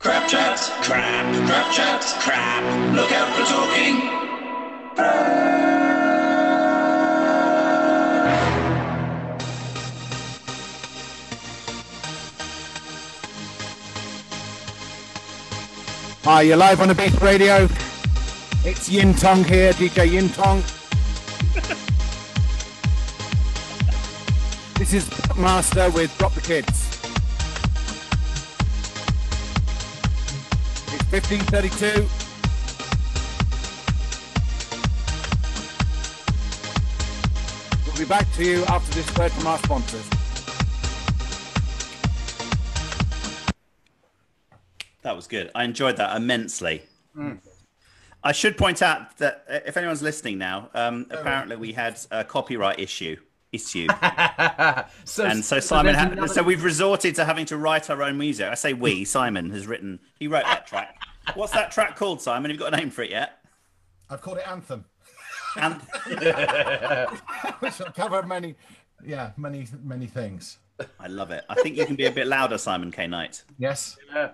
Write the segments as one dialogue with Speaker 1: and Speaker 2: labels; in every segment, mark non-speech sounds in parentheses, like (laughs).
Speaker 1: Snapchat, crap, Snapchat, crap. Look out for talking.
Speaker 2: Hi, you're live on the Beast Radio. It's Yin Tong here, DJ Yin
Speaker 3: (laughs)
Speaker 2: Tong. this is Master with Drop the Kids. It's 1532. We'll be back to you after this word from our sponsors.
Speaker 4: That was good. I enjoyed that immensely.
Speaker 5: Mm.
Speaker 4: I should point out that uh, if anyone's listening now, um, apparently we had a copyright issue issue,
Speaker 5: (laughs) so,
Speaker 4: and so Simon.
Speaker 5: there's
Speaker 4: Ha-
Speaker 5: another-
Speaker 4: So we've resorted to having to write our own music. I say we. Simon has written. He wrote that track. What's that track called, Simon? Have you got a name for it yet?
Speaker 3: I've called it Anthem, (laughs)
Speaker 4: And
Speaker 3: which will cover many, yeah, many, many things.
Speaker 4: I love it. I think you can be a bit louder, Simon K. Knight.
Speaker 3: Yes.
Speaker 5: Yeah.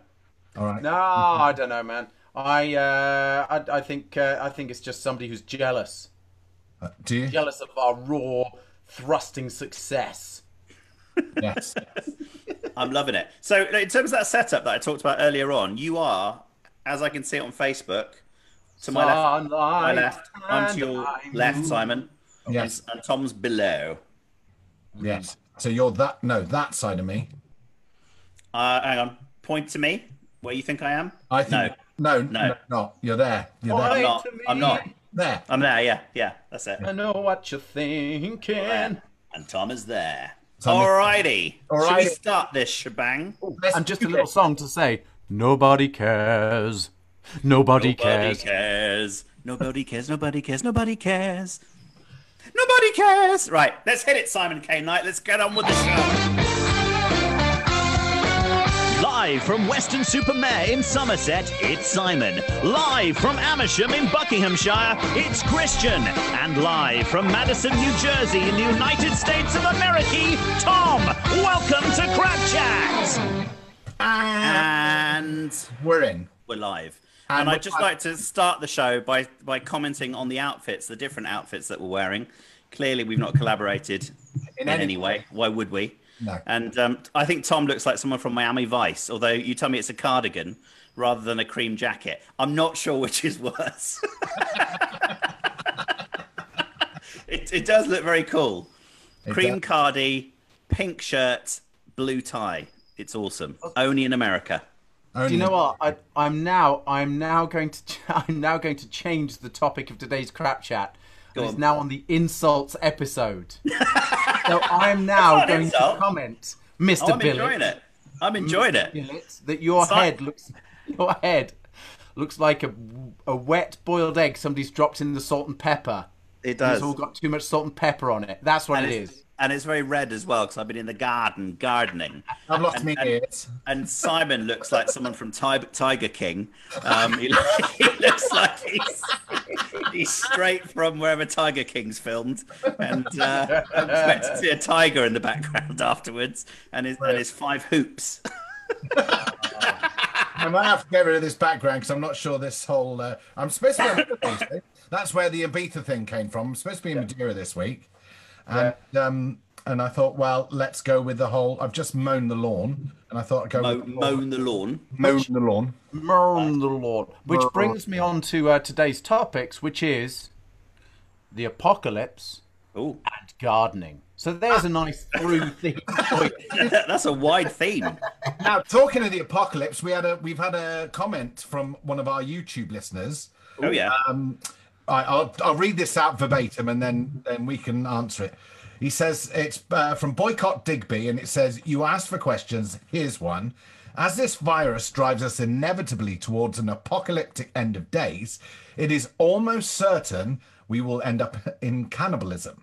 Speaker 3: All right.
Speaker 5: no, I don't know, man. I uh, I, I think uh, I think it's just somebody who's jealous,
Speaker 3: Uh, do you?
Speaker 5: jealous of our raw thrusting success.
Speaker 3: Yes.
Speaker 4: I'm loving it. So, uh, in terms of that setup that I talked about earlier on, you are, as I can see on Facebook, to my left, my left, I'm to your left, Simon,
Speaker 3: Yes.
Speaker 4: and Tom's below.
Speaker 3: Yes. So you're that, no, that side of me.
Speaker 4: Uh, hang on, point to me where you think I am.
Speaker 3: I think, no, no,
Speaker 4: No.
Speaker 3: not. You're there. You're
Speaker 4: I'm
Speaker 3: there.
Speaker 5: Point
Speaker 4: not.
Speaker 5: to me.
Speaker 4: I'm not.
Speaker 3: There.
Speaker 4: I'm there. Yeah, yeah, that's it.
Speaker 5: I know what you're thinking.
Speaker 4: And Tom is there.
Speaker 3: Tom is-
Speaker 4: Alrighty. Should we
Speaker 3: Alrighty.
Speaker 4: start this shebang?
Speaker 3: Let's
Speaker 5: And
Speaker 4: (laughs)
Speaker 5: just
Speaker 3: do
Speaker 5: a little
Speaker 3: this.
Speaker 5: song to say, nobody cares. Nobody, cares.
Speaker 4: Nobody cares. Nobody cares. Nobody cares. Nobody cares. Nobody cares. Right, let's hit it, Simon K. Knight. Let's get on with the show.
Speaker 6: Live from Weston Super Mare in Somerset, it's Simon. Live from Amersham in Buckinghamshire, it's Christian. And live from Madison, New Jersey in the United States of America, Tom. Welcome to Crab Chat.
Speaker 4: And
Speaker 3: Ah, We're in.
Speaker 4: we're live.
Speaker 3: And
Speaker 4: And
Speaker 3: we're
Speaker 4: I'd just
Speaker 3: live.
Speaker 4: like to start the show by by commenting on the outfits, the different outfits that we're wearing. Clearly, we've not collaborated in,
Speaker 3: any
Speaker 4: any, way. Why would we?
Speaker 3: No.
Speaker 4: And um, I think Tom looks like someone from Miami Vice, although you tell me it's a cardigan rather than a cream jacket. I'm not sure which is worse. (laughs) it, it does look very cool.
Speaker 3: uh,
Speaker 4: Cream
Speaker 3: does.
Speaker 4: cardi, pink shirt, blue tie. It's awesome. Only in America.
Speaker 3: Only,
Speaker 5: Do you know what? I, I'm now I'm now going to ch- (laughs) I'm now going to change the topic of today's crap chat. And it's
Speaker 4: on.
Speaker 5: now on the insults episode. so
Speaker 4: (laughs)
Speaker 5: I'm now
Speaker 4: not an
Speaker 5: going
Speaker 4: insult.
Speaker 5: to comment, Mr.
Speaker 4: Oh, I'm
Speaker 5: Billet,
Speaker 4: enjoying it. I'm enjoying it.
Speaker 5: Billet, that your
Speaker 4: Si-
Speaker 5: head looks your head looks like a, a wet boiled egg somebody's dropped in the salt and pepper.
Speaker 4: It
Speaker 5: And
Speaker 4: does.
Speaker 5: It's all got too much salt and pepper on it. That's what
Speaker 4: and,
Speaker 5: it
Speaker 4: it's,
Speaker 5: is.
Speaker 4: and it's very red as well because I've been in the garden gardening.
Speaker 3: I've lost
Speaker 4: and-
Speaker 3: me
Speaker 4: and-
Speaker 3: ears.
Speaker 4: And Simon looks like someone from Ti- Tiger King. Um, he, (laughs) lo- he looks like he's, he's straight from wherever Tiger King's filmed, and uh, I'm expecting to see a tiger in the background (laughs) afterwards, and his, and his five hoops.
Speaker 3: I might have to get rid of this background because I'm not sure this whole. Uh, I'm supposed to be on Madeira this week. That's where the Ibiza thing came from. I'm supposed to be in Madeira this week, and um, and I thought, well, let's go with the whole. I've just mown the lawn, and I thought I'd go
Speaker 4: Mo-
Speaker 3: with the lawn.
Speaker 4: mown Oh, the lawn.
Speaker 3: mown the lawn.
Speaker 5: Mourn the Lord. Which brings me on to uh, today's topics, which is the apocalypse
Speaker 4: Oh,
Speaker 5: and gardening. So there's a nice through theme. for you.
Speaker 4: (laughs) that's a wide theme.
Speaker 3: Now, talking of the apocalypse, we had a we've had a comment from one of our YouTube listeners.
Speaker 4: Oh yeah.
Speaker 3: um, I, I'll, I'll read this out verbatim and then, then we can answer it. He says it's uh, from Boycott Digby and it says, You asked for questions, here's one. As this virus drives us inevitably towards an apocalyptic end of days, it is almost certain we will end up in cannibalism.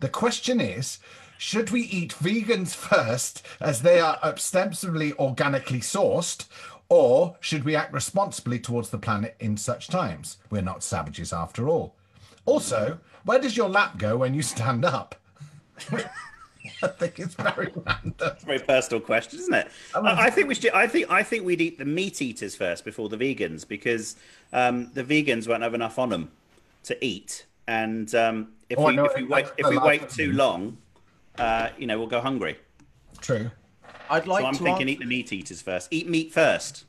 Speaker 3: The question is should we eat vegans first as they are ostensibly organically sourced, or should we act responsibly towards the planet in such times? We're not savages after all. Also, where does your lap go when you stand up? (laughs) I think it's very random.
Speaker 4: It's a very personal question, isn't it? I, I think we should. I think I think we'd eat the meat eaters first before the vegans because um, the vegans won't have enough on them to eat, and um, if
Speaker 3: Oh, I
Speaker 4: we
Speaker 3: know,
Speaker 4: if we
Speaker 3: it-
Speaker 4: wait
Speaker 3: that's
Speaker 4: if
Speaker 3: the
Speaker 4: we
Speaker 3: life
Speaker 4: wait
Speaker 3: of
Speaker 4: too
Speaker 3: them.
Speaker 4: long, uh, you know, we'll go hungry.
Speaker 3: True.
Speaker 5: I'd like
Speaker 4: So I'm
Speaker 5: to.
Speaker 4: thinking e-
Speaker 5: an-
Speaker 4: eat the meat eaters first. Eat meat first.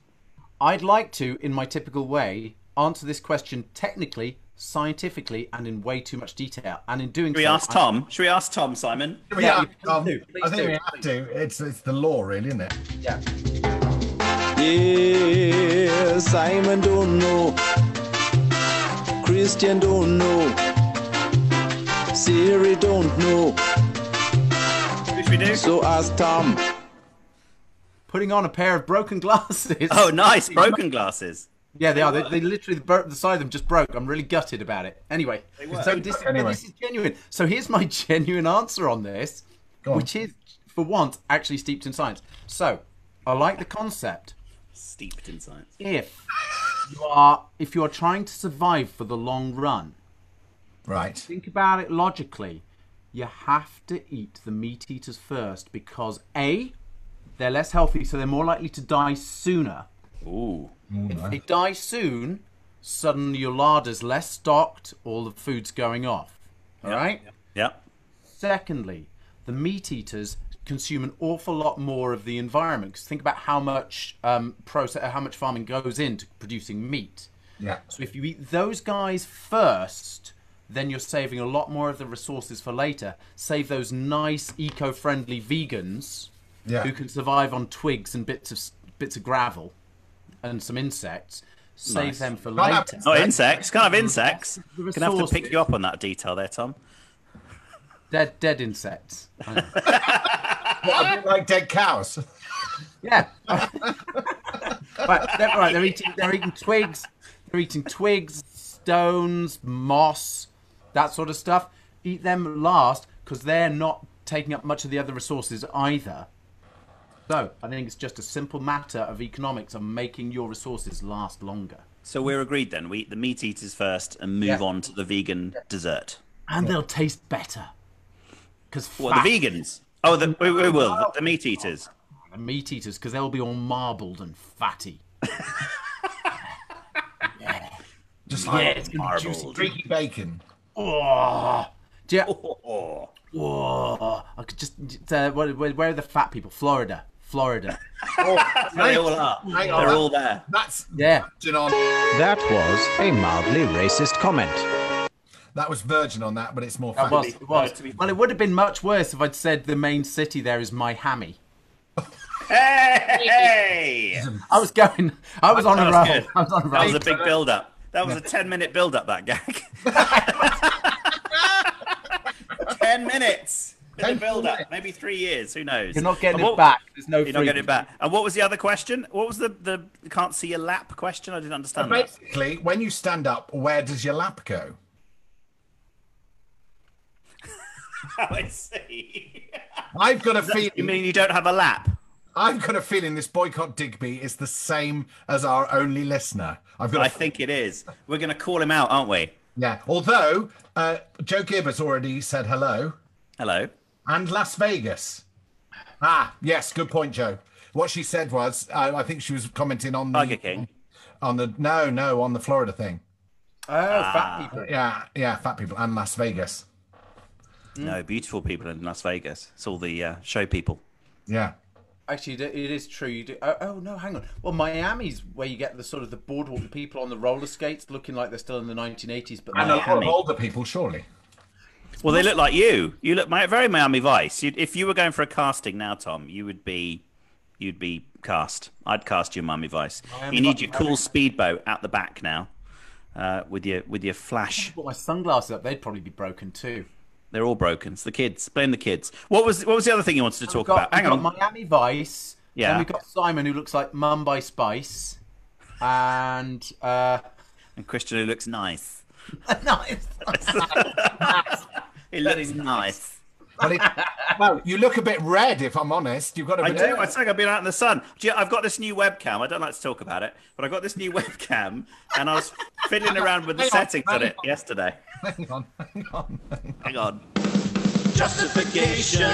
Speaker 5: I'd like to, in my typical way, answer this question technically, scientifically, and in way too much detail. And in doing
Speaker 4: Should we
Speaker 5: so,
Speaker 4: ask
Speaker 5: I-
Speaker 4: Tom? Should we ask Tom, Simon?
Speaker 3: We
Speaker 5: Yeah,
Speaker 3: have,
Speaker 5: you
Speaker 3: um,
Speaker 5: do.
Speaker 3: I
Speaker 5: Please
Speaker 3: think
Speaker 5: do.
Speaker 3: we have to. It's it's the law, really, isn't it?
Speaker 5: Yeah.
Speaker 7: Yeah, Simon don't know. Christian don't know. Siri don't know.
Speaker 4: Who should we do?
Speaker 7: So ask Tom.
Speaker 5: Putting on a pair of broken (laughs) glasses.
Speaker 4: Oh, nice broken glasses.
Speaker 5: Yeah, they are. They, they literally the, bro- the side of them just broke. I'm really gutted about it. Anyway, so this,
Speaker 3: work anyway.
Speaker 5: this is genuine. So here's my (laughs) genuine answer on this,
Speaker 3: on.
Speaker 5: which is, for once, actually steeped in science. So I like the concept.
Speaker 4: Steeped in science.
Speaker 5: If you are if you are trying to survive for the long run,
Speaker 3: Right.
Speaker 5: think about it logically. You have to eat the meat eaters first because a they're less healthy, so they're more likely to die sooner.
Speaker 4: Ooh.
Speaker 5: They die soon, suddenly your larder's less stocked, all the food's going off. All right.
Speaker 4: Yep.
Speaker 5: Secondly, the meat eaters consume an awful lot more of the environment. 'cause think about how much um, process, how much farming goes into producing meat.
Speaker 3: Yeah.
Speaker 5: So if you eat those guys first, then you're saving a lot more of the resources for later. Save those nice eco-friendly vegans
Speaker 3: Yeah.
Speaker 5: who can survive on twigs and bits of s- bits of gravel and some insects. Save
Speaker 4: Nice.
Speaker 5: them for
Speaker 3: Can't have
Speaker 4: Oh,
Speaker 5: later.
Speaker 4: insects. Can't have insects.
Speaker 5: The
Speaker 4: Gonna have to pick
Speaker 5: resources.
Speaker 4: you up on that detail there, Tom.
Speaker 5: Dead dead insects. I know.
Speaker 3: A bit Ah! like dead cows. (laughs)
Speaker 5: Yeah. (laughs) right, they're, right, they're eating they're eating twigs, they're eating twigs, stones, moss, that sort of stuff. Eat them last because they're not taking up much of the other resources either. So I think it's just a simple matter of economics of making your resources last longer.
Speaker 4: So we're agreed then. We eat the meat eaters first and move
Speaker 5: Yeah.
Speaker 4: on to the vegan dessert.
Speaker 5: And they'll taste better. Because
Speaker 4: Well, the vegans. Oh, the, we, we will. The, the meat eaters.
Speaker 5: the meat eaters, because they'll be all marbled and fatty.
Speaker 3: Just like
Speaker 5: It's gonna be juicy.
Speaker 3: drinking bacon.
Speaker 5: Oh, do you-
Speaker 4: Oh,
Speaker 5: Whoa! I could just uh, where, where, where are the fat people? Florida, Florida.
Speaker 4: they all are.
Speaker 3: Hang on,
Speaker 4: They're
Speaker 3: that-
Speaker 4: all there.
Speaker 3: That's
Speaker 5: Yeah.
Speaker 3: Virgin on.
Speaker 7: That was a mildly racist comment.
Speaker 3: That was virgin on that, but it's more.
Speaker 5: That
Speaker 3: fatty.
Speaker 5: was, it was.
Speaker 4: to be-
Speaker 5: Well, it would have been much worse if I'd said the main city there is Miami.
Speaker 4: Hey!
Speaker 5: I was going. I was on a
Speaker 4: That was
Speaker 5: roll.
Speaker 4: good.
Speaker 5: (laughs) I was on a
Speaker 4: That was
Speaker 5: roll.
Speaker 4: a big build up. That was a 10 minute build up, that (laughs) gag. 10 minutes. It's a
Speaker 3: 10
Speaker 4: build up. Maybe three years. Who knows?
Speaker 5: You're not getting
Speaker 4: And
Speaker 5: it
Speaker 4: what-
Speaker 5: back. There's no.
Speaker 4: You're not getting it
Speaker 5: freebie.
Speaker 4: back. And what was the other question? What was the, the can't see a lap question? I didn't understand that.
Speaker 3: Basically, when you stand up, where does your lap go?
Speaker 4: (laughs) I see.
Speaker 3: I've got a
Speaker 4: You
Speaker 3: feeling.
Speaker 4: mean you don't have a lap?
Speaker 3: I've got a feeling this boycott Digby is the same as our only listener. I've got. a
Speaker 4: I think it is. We're going to call him out, aren't we?
Speaker 3: Yeah. Although uh, Joe Gibb has already said hello,
Speaker 4: Hello.
Speaker 3: and Las Vegas. Ah, yes. Good point, Joe. What she said was, uh, I think she was commenting on the
Speaker 4: Tiger
Speaker 5: Mm-hmm.
Speaker 4: King.
Speaker 3: on the no, no, on the Florida thing.
Speaker 5: Oh, fat
Speaker 4: Ah.
Speaker 5: people.
Speaker 3: Yeah, yeah, fat people and Las Vegas.
Speaker 5: Mm-hmm.
Speaker 4: No, beautiful people in Las Vegas. It's all the uh, show people.
Speaker 3: Yeah.
Speaker 5: Actually, it it is true. You do. Oh, oh no, hang on. Well, Miami's where you get the sort of the boardwalk people on the roller skates, looking like they're still in the 1980s, but
Speaker 3: And a lot of
Speaker 4: Miami.
Speaker 3: older people, surely.
Speaker 4: Well, they look like you. You look mi- very Miami Vice. You'd, if you were going for a casting now, Tom, you would be, you'd be cast. I'd cast you in Miami Vice.
Speaker 5: Miami
Speaker 4: you need
Speaker 5: Vice.
Speaker 4: your cool speedboat at the back now, uh, with your with your flash.
Speaker 5: put my sunglasses up, they'd probably be broken too.
Speaker 4: They're all broken. It's the kids. Blame the kids. What was what was the other thing you wanted to talk
Speaker 5: got,
Speaker 4: about? Hang
Speaker 5: we
Speaker 4: on.
Speaker 5: got Miami Vice.
Speaker 4: Yeah.
Speaker 5: Then we got Simon, who looks like Mumbai Spice. And uh, (laughs)
Speaker 4: And Christian, who looks nice.
Speaker 5: no, it's-
Speaker 4: He looks nice.
Speaker 3: But it, well, you look a bit red, if I'm honest. You've got a
Speaker 4: I
Speaker 3: bit.
Speaker 4: do. I think I've been out in the sun. Do you- I've got this new webcam. I don't like to talk about it, but I got this new (laughs) webcam, and I was fiddling around with the
Speaker 3: Hang on,
Speaker 4: settings on
Speaker 3: hang
Speaker 4: it yesterday.
Speaker 3: Hang on, hang on.
Speaker 4: Hang on.
Speaker 1: Justification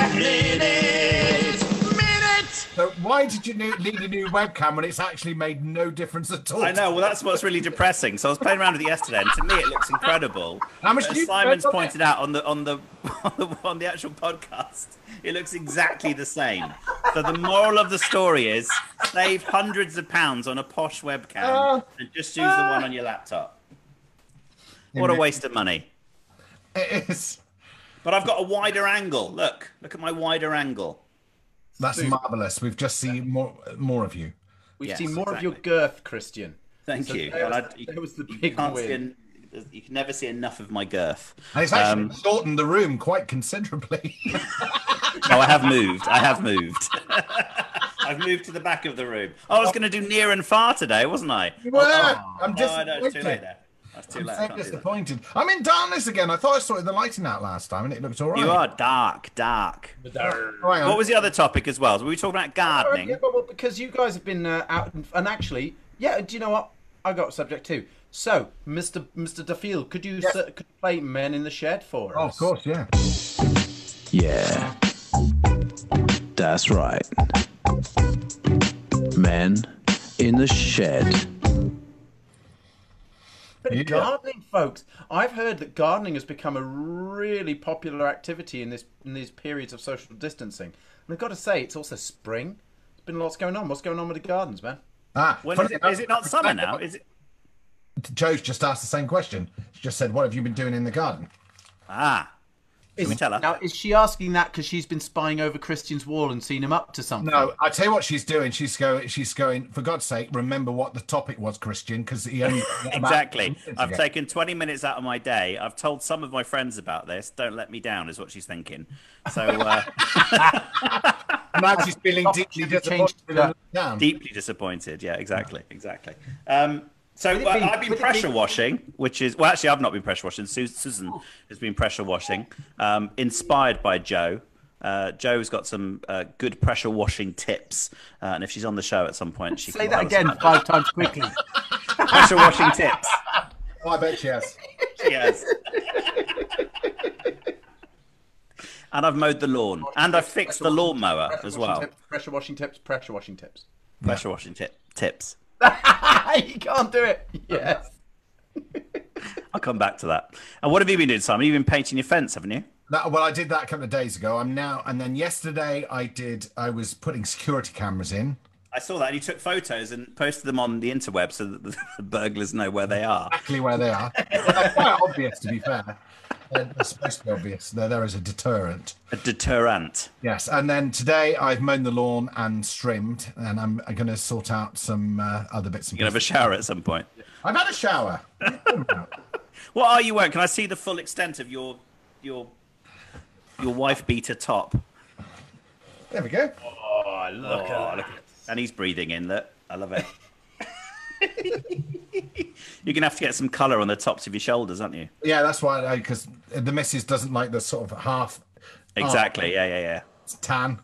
Speaker 1: minute. Minute.
Speaker 3: So why did you new- need a new webcam when it's actually made no difference at all?
Speaker 4: I know. Well, that's what's really depressing. So I was playing around with it yesterday, and to me, it looks incredible.
Speaker 3: How much
Speaker 4: But
Speaker 3: did you
Speaker 4: as Simon's
Speaker 3: spend on
Speaker 4: pointed out on the on the (laughs) on the on the actual podcast, it looks exactly the same. So the moral of the story is: save hundreds of pounds on a posh webcam
Speaker 5: Uh,
Speaker 4: and just use the one on your laptop. What a waste of money!
Speaker 3: It is.
Speaker 4: But I've got a wider angle. Look, look at my wider angle.
Speaker 3: That's marvelous. We've just seen more more of you.
Speaker 5: We've
Speaker 4: Yes,
Speaker 5: seen more of your
Speaker 4: exactly.
Speaker 5: girth, Christian.
Speaker 4: Thank
Speaker 5: So
Speaker 4: you.
Speaker 5: there
Speaker 4: Well,
Speaker 5: was-
Speaker 4: I- you-
Speaker 5: there was the
Speaker 4: you
Speaker 5: big
Speaker 4: can't see
Speaker 5: win.
Speaker 4: en- you can never see enough of my girth.
Speaker 3: And it's actually shortened the room quite considerably.
Speaker 4: (laughs) Oh, No, I have moved. I have moved. (laughs) I've moved to the back of the room. I was going to do near and far today, wasn't I?
Speaker 3: (laughs) Well, I'm
Speaker 4: Oh, I know, it's too late
Speaker 3: disappointed.
Speaker 4: there. That's too
Speaker 3: I'm
Speaker 4: late. I
Speaker 3: so
Speaker 4: can't do that.
Speaker 3: disappointed. I'm in darkness again. I thought I sorted the lighting out last time and it looked all right.
Speaker 4: You are dark, dark.
Speaker 3: Oh, hang on.
Speaker 4: What was the other topic as well? Were we talking about
Speaker 5: Oh, yeah,
Speaker 4: gardening?
Speaker 5: but- but because you guys have been uh, out, and, and actually, yeah. Do you know what? I got a subject too. So, Mr. Mr. Duffield, could you sir, could you play Men in the Shed for
Speaker 3: Oh,
Speaker 5: us?
Speaker 3: of course, yeah.
Speaker 7: Yeah. That's right. Men in the shed.
Speaker 5: But
Speaker 3: Yeah.
Speaker 5: gardening, folks, I've heard that gardening has become a really popular activity in this in these periods of social distancing. And I've got to say, it's also spring. There's been lots going on. What's going on with the gardens, man?
Speaker 3: Ah,
Speaker 4: When is,
Speaker 3: funny
Speaker 4: it,
Speaker 3: enough,
Speaker 4: is it not summer now? Is it?
Speaker 3: Joe's just asked the same question. She just said, What have you been doing in the garden?
Speaker 4: Ah,
Speaker 5: Is,
Speaker 4: we tell her?
Speaker 5: Now, is she asking that because she's been spying over Christian's wall and seen him up to something?
Speaker 3: No, I tell you what she's doing. She's going, she's going, for God's sake, remember what the topic was, Christian, because he
Speaker 4: (laughs)
Speaker 3: only.
Speaker 4: exactly.
Speaker 3: About-
Speaker 4: I've taken 20 minutes out of my day. I've told some of my friends about this. Don't let me down, is what she's thinking. So uh,
Speaker 3: Now she's feeling deeply
Speaker 5: Should we
Speaker 3: disappointed.
Speaker 5: change
Speaker 3: in
Speaker 5: the-
Speaker 3: lockdown.
Speaker 4: deeply disappointed. Yeah, exactly, exactly. Um, so
Speaker 5: it
Speaker 4: uh,
Speaker 5: be-
Speaker 4: I've been
Speaker 5: would it
Speaker 4: pressure
Speaker 5: be-
Speaker 4: washing, which is well, actually, I've not been pressure washing. Su- Susan
Speaker 5: Oh.
Speaker 4: has been pressure washing, um, inspired by Joe. Uh, Joe's got some uh, good pressure washing tips, uh, and if she's on the show at some point, she can
Speaker 5: Say that
Speaker 4: tell us
Speaker 5: again
Speaker 4: about
Speaker 5: five times quickly.
Speaker 4: it. Pressure washing
Speaker 5: (laughs)
Speaker 4: tips.
Speaker 3: Oh, I bet she has.
Speaker 4: Yes. and I've mowed the lawn, and I fixed the lawnmower
Speaker 5: Pressure
Speaker 4: as
Speaker 5: washing
Speaker 4: well.
Speaker 5: tips, pressure washing tips. Pressure washing tips.
Speaker 4: Pressure washing tip tips.
Speaker 5: (laughs) you can't do (laughs) it. Yes.
Speaker 4: I'll come back to that. And what have you been doing, Simon? You've been painting your fence, haven't you?
Speaker 3: No, well, I did that a couple of days ago. I'm now, and then yesterday I did. I was putting security cameras in.
Speaker 4: I saw that, and he took photos and posted them on the interweb so that the, (laughs) the burglars know where they are.
Speaker 3: Exactly where they are. They're quite obvious, to be fair. They're, they're supposed to be obvious. They're there as a deterrent.
Speaker 4: A deterrent.
Speaker 3: Yes, and then today I've mown the lawn and trimmed, and I'm going to sort out some uh, other bits. And
Speaker 4: You're gonna have a
Speaker 3: pieces.
Speaker 4: shower at some point.
Speaker 3: I've had a shower.
Speaker 4: What are you wearing? Can I see the full extent of your your your wife beater top?
Speaker 3: there we go.
Speaker 4: Oh, look at it. And he's breathing in. Look, I love it. (laughs) You're gonna have to get some colour on the tops of your shoulders, aren't you?
Speaker 3: Yeah, that's why because the missus doesn't like the sort of half
Speaker 4: Exactly. Yeah, yeah, yeah.
Speaker 3: tan.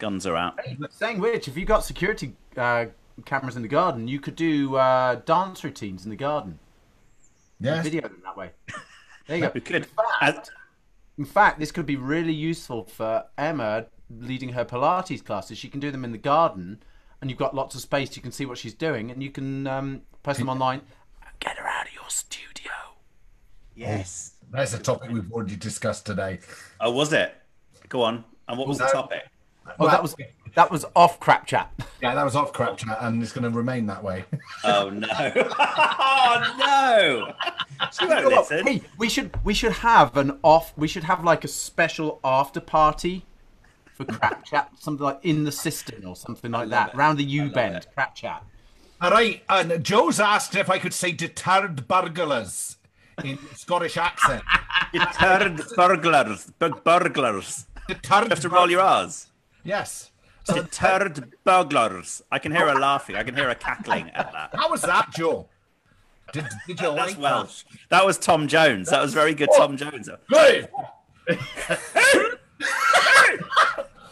Speaker 4: Guns are out.
Speaker 5: Saying which, if you got security uh, cameras in the garden, you could do uh, dance routines in the garden.
Speaker 3: Yes.
Speaker 5: Video them (laughs) that way. There you go.
Speaker 4: We could.
Speaker 5: fact-
Speaker 4: as-
Speaker 5: In fact, this could be really useful for Emma leading her Pilates classes. She can do them in the garden, and you've got lots of space. You can see what she's doing, and you can um, post (laughs) them online. and Get her out of your studio.
Speaker 4: yes.
Speaker 3: There's a topic we've already discussed today.
Speaker 4: Oh, was it? Go on. And what was the
Speaker 3: No.
Speaker 4: topic?
Speaker 5: Oh, that was that was off crap chat. (laughs)
Speaker 3: Yeah, that was off crap chat, and it's going to remain that way.
Speaker 4: Oh no! (laughs) oh no! She won't listen.
Speaker 5: Oh, Hey, we should we should have an off. We should have like a special after party (laughs) for crap chat, something like in the cistern or something like that, round the U bend, crap chat.
Speaker 3: (laughs) All right, and Joe's asked if I could say deterred burglars in Scottish accent.
Speaker 4: (laughs) Deterred burglars, bur- burglars.
Speaker 3: Deterred.
Speaker 4: You have to roll your R's.
Speaker 3: Yes. So
Speaker 4: Deterred burglars. I can hear her laughing. I can hear her cackling at that.
Speaker 3: how was that, Joe? Did, did you
Speaker 4: That's
Speaker 3: like
Speaker 4: Welsh. That was Tom Jones. That was very good, Tom Jones.
Speaker 3: That?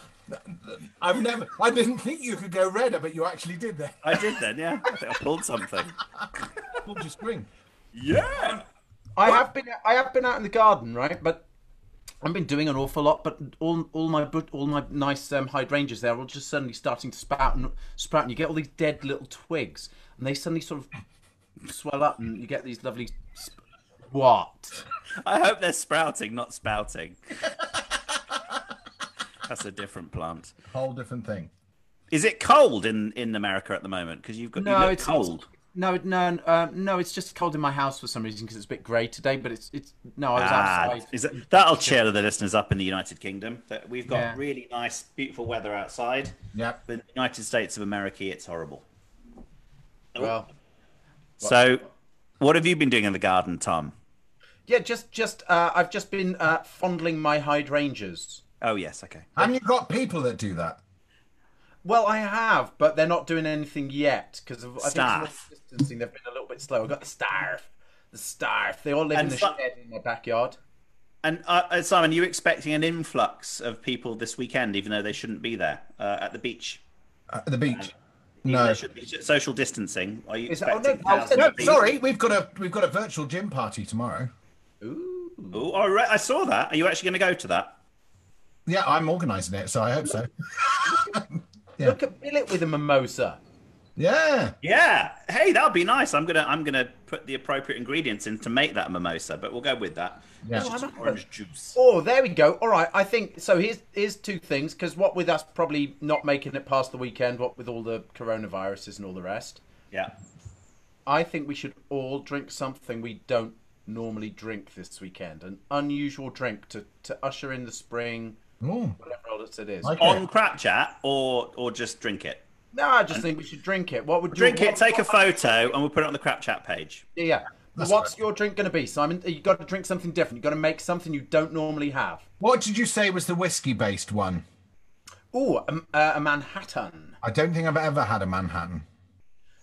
Speaker 3: (laughs) I've never. I didn't think you could go redder, but you actually did that.
Speaker 4: I did then, yeah. I think I pulled something.
Speaker 3: Pulled your string.
Speaker 4: Yeah.
Speaker 5: I have been I have been out in the garden, right? But I've been doing an awful lot, but all all my bud- all my nice um, hydrangeas there are all just suddenly starting to sprout and sprout, and you get all these dead little twigs, and they suddenly sort of swell up, and you get these lovely. Sp- what?
Speaker 4: I hope they're sprouting, not spouting. That's a different plant.
Speaker 3: Whole different thing.
Speaker 4: Is it cold in, in America at the moment? Because you've got you
Speaker 5: No,
Speaker 4: look
Speaker 5: it's
Speaker 4: cold.
Speaker 5: No, no, um, no. It's just cold in my house for some reason because it's a bit grey today. But it's it's no, I was
Speaker 4: Ah,
Speaker 5: outside.
Speaker 4: is it, that'll cheer the listeners up in the United Kingdom. That we've got
Speaker 5: Yeah.
Speaker 4: really nice, beautiful weather outside.
Speaker 3: Yep.
Speaker 4: But in the United States of America, it's horrible.
Speaker 5: Well,
Speaker 4: So, what have you been doing in the garden, Tom?
Speaker 5: yeah, just just uh, I've just been uh, fondling my hydrangeas.
Speaker 4: Oh yes, okay.
Speaker 3: And you've got people that do that.
Speaker 5: Well, I have, but they're not doing anything yet because of I think some of
Speaker 4: Staff.
Speaker 5: the distancing. They've been a little bit slow. I've got the staff, the staff. They all live
Speaker 4: And
Speaker 5: in the
Speaker 4: some-
Speaker 5: shed in my backyard.
Speaker 4: And uh, uh, Simon, are you expecting an influx of people this weekend, even though they shouldn't be there uh, at the beach?
Speaker 3: At the beach.
Speaker 4: Even
Speaker 3: No.
Speaker 4: there should be social distancing. Are you
Speaker 5: Is- oh, no,
Speaker 4: expecting?
Speaker 5: I'll-
Speaker 4: thousands
Speaker 3: No,
Speaker 4: of people?
Speaker 3: sorry, we've got a we've got a virtual gym party tomorrow.
Speaker 5: Ooh,
Speaker 4: Oh, all right, I saw that. Are you actually going to go to that?
Speaker 3: Yeah, I'm organising it, so I hope so.
Speaker 5: look at Billet with a mimosa.
Speaker 3: Yeah.
Speaker 4: Yeah. Hey, that'll be nice. I'm gonna I'm gonna put the appropriate ingredients in to make that mimosa, but we'll go with that.
Speaker 3: Yeah.
Speaker 4: It's
Speaker 3: Oh,
Speaker 4: just
Speaker 5: I'm up for
Speaker 4: orange juice.
Speaker 5: Oh, there we go. All right, I think so. Here's here's two things because what with us probably not making it past the weekend, what with all the coronaviruses and all the rest,
Speaker 4: Yeah.
Speaker 5: I think we should all drink something we don't normally drink this weekend, an unusual drink to to usher in the spring,
Speaker 3: Ooh,
Speaker 5: whatever else it is.
Speaker 3: like
Speaker 4: On
Speaker 3: it.
Speaker 4: crap chat or or just drink it.
Speaker 5: No, I just think we should drink it. What would
Speaker 4: Drink
Speaker 5: your,
Speaker 4: it, take a photo, and we'll put it on the crap chat page.
Speaker 5: Yeah, yeah. But What's your drink going to be, Simon? You got to drink something different. You got to make something you don't normally have.
Speaker 3: What did you say was the whiskey based one?
Speaker 5: Ooh, a, uh, a Manhattan.
Speaker 3: I don't think I've ever had a Manhattan.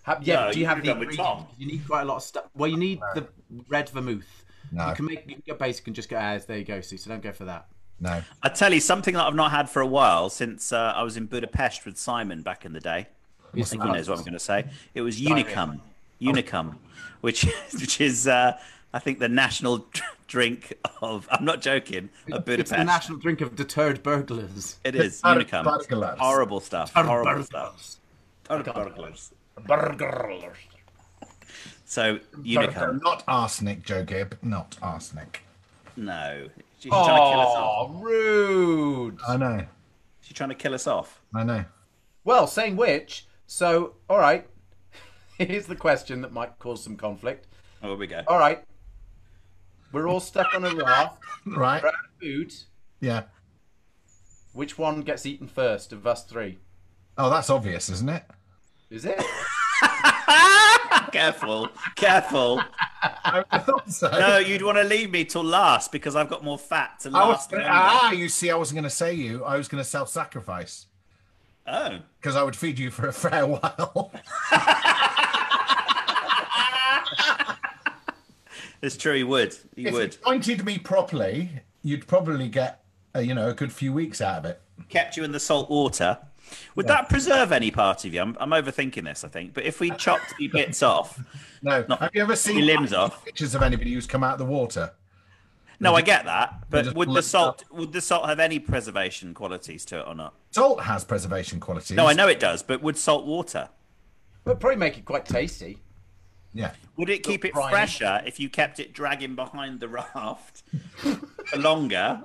Speaker 5: Have, yeah,
Speaker 4: No,
Speaker 5: do
Speaker 4: you
Speaker 5: you have
Speaker 4: could've
Speaker 5: the
Speaker 4: done with
Speaker 5: ingredients?
Speaker 4: Tom.
Speaker 5: You need quite a lot of stuff. Well, you need the red vermouth.
Speaker 3: No.
Speaker 5: You can make you can go basic and just go as there you go. See, so don't go for that.
Speaker 3: No.
Speaker 4: I tell you something that I've not had for a while since uh, I was in Budapest with Simon back in the day. I think he knows what I'm going to say. It was Unicum, Unicum, which which is uh, I think the national drink of. I'm not joking. Of
Speaker 5: It's
Speaker 4: Budapest.
Speaker 5: the national drink of deterred burglars.
Speaker 4: It is
Speaker 3: Bar-
Speaker 4: Unicum.
Speaker 3: burglars.
Speaker 4: Horrible stuff. Horrible
Speaker 5: Burglars.
Speaker 4: stuff.
Speaker 5: Burglars.
Speaker 4: So
Speaker 3: No,
Speaker 4: Unicum.
Speaker 3: Not arsenic, Joe Gibb. Not arsenic.
Speaker 4: No. She's trying to kill us off.
Speaker 5: Oh, rude.
Speaker 3: I know.
Speaker 4: She's trying to kill us off.
Speaker 3: I know.
Speaker 5: Well, saying which, so all right. (laughs) Here's the question that might cause some conflict.
Speaker 4: Oh, here we go.
Speaker 5: All right, we're all stuck on a raft.
Speaker 3: Right?
Speaker 5: We're out of food.
Speaker 3: Yeah.
Speaker 5: Which one gets eaten first of us three?
Speaker 3: Oh, that's obvious, isn't it?
Speaker 5: Is it?
Speaker 4: Careful. Careful.
Speaker 3: (laughs) I thought so.
Speaker 4: No, you'd want to leave me till last because I've got more fat to
Speaker 3: I was
Speaker 4: last.
Speaker 3: gonna,
Speaker 4: longer.
Speaker 3: ah, you see, I wasn't going to say you. I was going to self-sacrifice
Speaker 4: Oh.
Speaker 3: because I would feed you for a fair (laughs) while.
Speaker 4: It's true. He would. He
Speaker 3: if
Speaker 4: would.
Speaker 3: you pointed me properly, you'd probably get uh, you know a good few weeks out of it.
Speaker 4: Kept you in the salt water. Would that preserve any part of you? I'm, I'm overthinking this, I think. But if we chopped the bits off,
Speaker 3: No,
Speaker 4: Not-
Speaker 3: have you ever (laughs)
Speaker 4: your
Speaker 3: seen
Speaker 4: limbs off.
Speaker 3: pictures of anybody who's come out of the water?
Speaker 4: No, I get that. But
Speaker 3: just
Speaker 4: would the
Speaker 3: lift
Speaker 4: salt would the salt have any preservation qualities to it or not?
Speaker 3: Salt has preservation qualities.
Speaker 4: No, I know it does. But would salt water?
Speaker 5: We'll probably make it quite tasty.
Speaker 3: Yeah,
Speaker 4: Would it keep it
Speaker 5: briny.
Speaker 4: fresher if you kept it dragging behind the raft (laughs) for longer?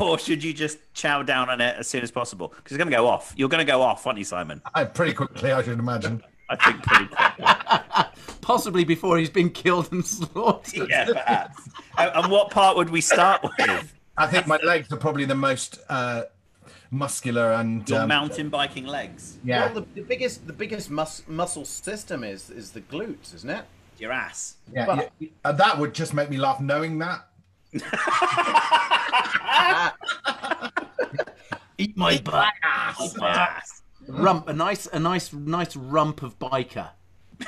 Speaker 4: Or should you just chow down on it as soon as possible? Because it's going to go off. You're going to go off, aren't you, Simon?
Speaker 3: I, pretty quickly, I should imagine.
Speaker 4: I think pretty quickly.
Speaker 5: Possibly before he's been killed and (laughs)
Speaker 4: (laughs)
Speaker 5: slaughtered.
Speaker 4: yeah, perhaps. and, and what part would we start with?
Speaker 3: I think my legs are probably the most uh, muscular and
Speaker 4: Your
Speaker 3: um,
Speaker 4: mountain biking legs,
Speaker 3: Yeah,
Speaker 5: Well, the, the biggest the biggest mus- muscle system is is the glutes, isn't it?
Speaker 4: your ass.
Speaker 3: yeah,
Speaker 5: but-
Speaker 3: yeah. And that would just make me laugh knowing that.
Speaker 5: Eat my butt.
Speaker 4: Your ass.
Speaker 5: Rump a nice a nice nice rump of biker.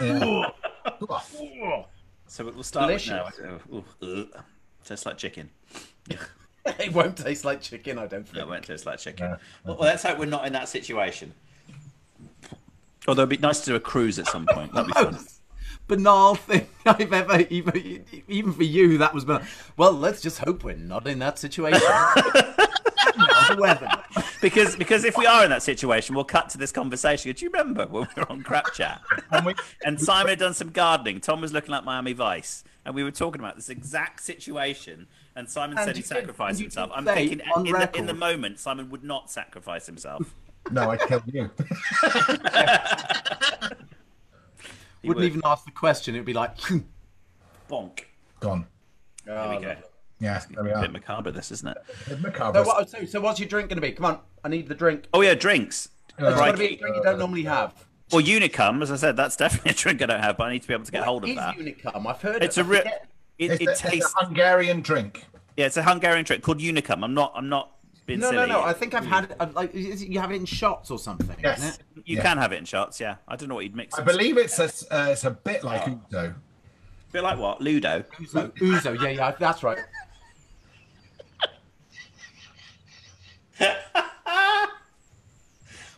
Speaker 3: Yeah.
Speaker 4: So we'll start with now.
Speaker 5: Delicious.
Speaker 4: Ooh, ooh. Tastes like (laughs) chicken.
Speaker 5: It won't taste like chicken, I don't
Speaker 4: No, it
Speaker 5: think.
Speaker 4: won't taste like chicken. Well, let's hope we're not in that situation. Although it'd be nice to do a cruise at some point. That'd be fun.
Speaker 5: banal thing (laughs) I've ever even even for you that was banal. Well, let's just hope we're not in that (laughs) situation. Not the weather.
Speaker 4: because because if we are in that situation, we'll cut to this conversation. Do you remember when we were on Crap Chat?
Speaker 3: And we-
Speaker 4: and Simon had done some gardening. Tom was looking like Miami Vice, and we were talking about this exact situation. And Simon
Speaker 5: And
Speaker 4: said he
Speaker 5: you did-
Speaker 4: sacrificed
Speaker 5: and you
Speaker 4: himself.
Speaker 5: did
Speaker 4: I'm
Speaker 5: say
Speaker 4: thinking
Speaker 5: on
Speaker 4: in the, in the
Speaker 5: record-
Speaker 4: moment, Simon would not sacrifice himself.
Speaker 3: (laughs) No, I killed you. (laughs)
Speaker 4: He
Speaker 5: Wouldn't
Speaker 4: would.
Speaker 5: even ask the question. It'd be like, (laughs)
Speaker 4: bonk.
Speaker 3: Gone.
Speaker 4: There we go.
Speaker 3: Yeah, there we
Speaker 4: A
Speaker 3: are.
Speaker 4: bit macabre, this isn't it?
Speaker 3: Macabre.
Speaker 5: so, what, so, so what's your drink going to be? Come on, I need the drink.
Speaker 4: Oh yeah, drinks.
Speaker 5: It's got to
Speaker 4: Crikey.
Speaker 5: be a drink you don't normally have.
Speaker 4: Or Unicum, as I said, that's (laughs) definitely a drink I don't have, but I need to be able to get hold of
Speaker 5: Is
Speaker 4: that.
Speaker 5: Unicum? I've heard
Speaker 4: It's
Speaker 5: it.
Speaker 4: a real.
Speaker 5: I forget.
Speaker 4: It,
Speaker 3: It's,
Speaker 4: it
Speaker 3: a, it's
Speaker 4: tastes.
Speaker 3: a Hungarian drink.
Speaker 4: Yeah, it's a Hungarian drink called Unicum. I'm not. I'm not being
Speaker 5: No,
Speaker 4: silly.
Speaker 5: no, no. I think I've had it. I've, like, is it- you have it in shots or something. isn't
Speaker 3: Yes.
Speaker 5: it?
Speaker 4: you
Speaker 3: Yeah.
Speaker 4: can have it in shots. Yeah, I don't know what you'd mix.
Speaker 3: I
Speaker 4: it.
Speaker 3: believe it's a, s- uh, it's a bit like Udo.
Speaker 4: A bit like what Ludo.
Speaker 5: Uzo, Uzo. Yeah, yeah. That's (laughs) right.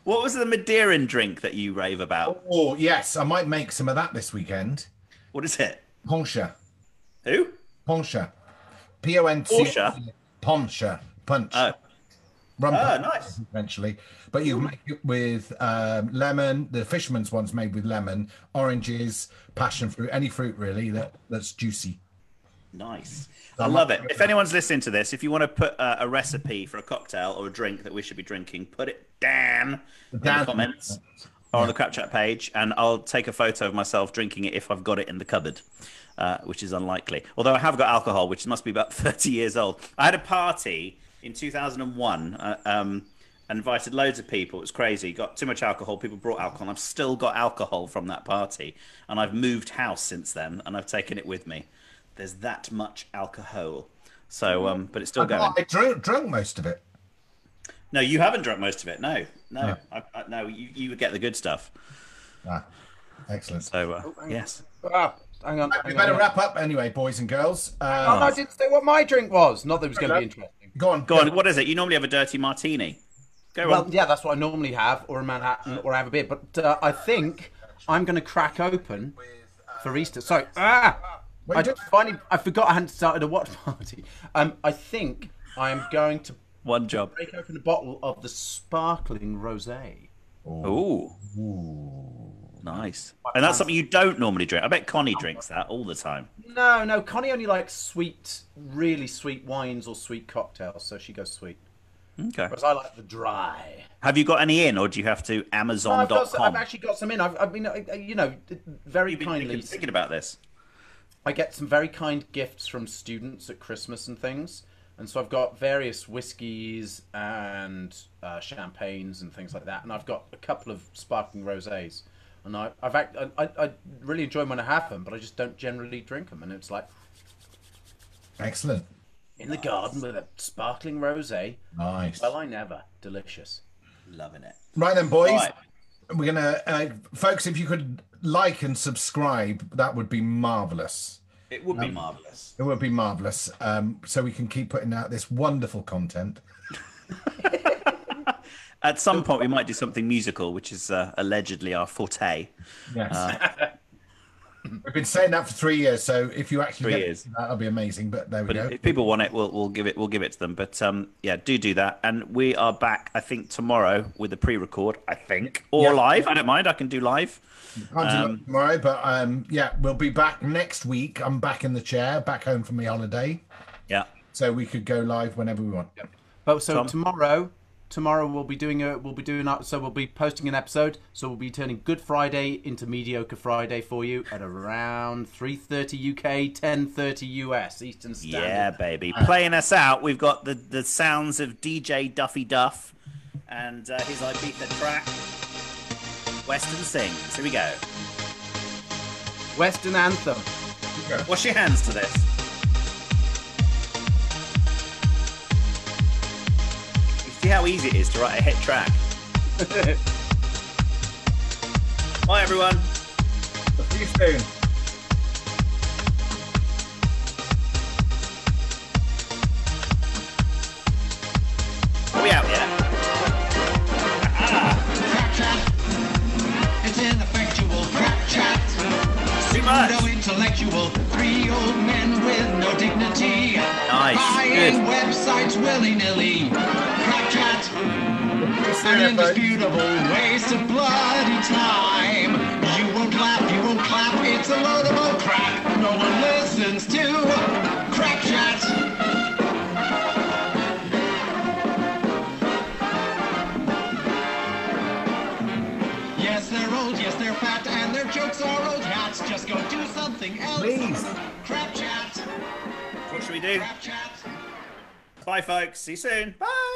Speaker 4: What was the Madeiran drink that you rave about?
Speaker 3: Oh, yes. I might make some of that this weekend.
Speaker 4: What is it?
Speaker 3: Poncha.
Speaker 4: Who?
Speaker 3: Poncha. P O N C.
Speaker 4: Poncha?
Speaker 3: Poncha. Punch.
Speaker 4: Oh,
Speaker 3: Rum
Speaker 4: oh,
Speaker 3: punch,
Speaker 4: nice.
Speaker 3: Eventually. But you make it with um, lemon. The fisherman's one's made with lemon, oranges, passion fruit, any fruit really that, that's juicy.
Speaker 4: Nice. I love it. If anyone's listening to this, if you want to put uh, a recipe for a cocktail or a drink that we should be drinking, put it down in the
Speaker 3: Down.
Speaker 4: comments or on the crap chat page, and I'll take a photo of myself drinking it if I've got it in the cupboard, uh, which is unlikely. Although I have got alcohol, which must be about (laughs) 30 years old. I had a party in 2001. Uh, um, and invited loads of people. It was crazy. Got too much alcohol. People brought alcohol. And I've still got alcohol from that party, and I've moved house since then, and I've taken it with me. There's that much alcohol. So, um, but it's still going.
Speaker 3: Oh, I drank, drank most of it.
Speaker 4: No, you haven't drunk most of it. No, no, I, I, no. You, you get the good stuff.
Speaker 3: Ah, excellent.
Speaker 4: So, uh, yes.
Speaker 5: Ah, hang on.
Speaker 3: we
Speaker 5: hang
Speaker 3: better
Speaker 5: on.
Speaker 3: wrap up anyway, boys and girls.
Speaker 5: Oh,
Speaker 3: Uh,
Speaker 5: no, I didn't say what my drink was. Not that it was going to be interesting.
Speaker 3: Go on.
Speaker 4: Ah. Go on. What is it? You normally have a dirty martini. Go
Speaker 5: Well,
Speaker 4: on.
Speaker 5: yeah, that's what I normally have, or a Manhattan, or I have a beer. But uh, I think I'm going to crack open for Easter. Sorry, ah,
Speaker 3: Wait,
Speaker 5: I
Speaker 3: don't-
Speaker 5: finally I forgot I hadn't started a watch (laughs) party. Um, I think I am going to
Speaker 4: One job.
Speaker 5: break open a bottle of the sparkling rosé.
Speaker 4: Ooh. Nice. And that's something you don't normally drink. I bet Connie drinks that all the time.
Speaker 5: No, no, Connie only likes sweet, really sweet wines or sweet cocktails, so she goes sweet.
Speaker 4: Okay.
Speaker 5: Whereas I like the dry.
Speaker 4: Have you got any in, or do you have to
Speaker 5: I've, got, some- I've
Speaker 4: Amazon.com?
Speaker 5: actually got some in. I've, I've been, uh, you know, very
Speaker 4: You've been
Speaker 5: kindly.
Speaker 4: thinking, thinking about this.
Speaker 5: I get some very kind gifts from students at Christmas and things, and so I've got various whiskies and uh, champagnes and things like that, and I've got a couple of sparkling rosés, and I, I've act, I, I, I really enjoy 'em when I have them, but I just don't generally drink them, and it's like
Speaker 3: Excellent.
Speaker 5: in the garden with a sparkling rosé.
Speaker 3: Nice.
Speaker 5: Well, I never. Delicious.
Speaker 4: Loving it.
Speaker 3: Right then, boys.
Speaker 4: Right.
Speaker 3: We're gonna, uh, folks. If you could like and subscribe, that would be marvelous.
Speaker 4: It would be marvelous.
Speaker 3: It would be marvelous. Um, so we can keep putting out this wonderful content.
Speaker 4: At some point, we might do something musical, which is uh, allegedly our forte.
Speaker 3: Yes.
Speaker 4: Uh,
Speaker 3: (laughs) We've been saying that for three years. So if you actually
Speaker 4: Three
Speaker 3: get
Speaker 4: years.
Speaker 3: that'll be amazing. But there we
Speaker 4: But
Speaker 3: go.
Speaker 4: if- if people want it, we'll we'll give it we'll give it to them. But um, yeah, do do that. And we are back, I think, tomorrow with a pre-record. I think or
Speaker 3: Yeah.
Speaker 4: live. I don't mind. I can do live.
Speaker 3: Can't do that tomorrow, but um, yeah, we'll be back next week. I'm back in the chair, back home from my holiday,
Speaker 4: Yeah.
Speaker 3: so we could go live whenever we want.
Speaker 5: But so
Speaker 4: Tom?
Speaker 5: tomorrow, tomorrow we'll be doing a we'll be doing a, so we'll be posting an episode. So we'll be turning Good Friday into Mediocre Friday for you at around three thirty UK, ten thirty US Eastern Standard.
Speaker 4: Yeah, baby. Playing us out, we've got the, the sounds of DJ Duffy Duff and uh, his Ibiza track, Western Sings. Here we go.
Speaker 5: Western anthem.
Speaker 4: Wash your hands to this. You see how easy it is to write a hit track. (laughs) Bye, everyone.
Speaker 3: See you soon.
Speaker 4: We out, yeah?
Speaker 1: Crap chat. It's ineffectual crap chat.
Speaker 4: Too much.
Speaker 1: intellectual. Three old men with no dignity.
Speaker 4: Nice.
Speaker 1: Buying
Speaker 4: Good.
Speaker 1: websites willy nilly. Crapchat. An indisputable waste of bloody time. You won't laugh, you won't clap. It's a load of old crap. No one listens to Crapchat. Yes, they're old, yes, they're fat, and their jokes are old hats. Just go do something else.
Speaker 3: Please.
Speaker 1: Crap chat.
Speaker 4: What should we do?
Speaker 1: Crap chat.
Speaker 4: Bye, folks. See you soon. Bye.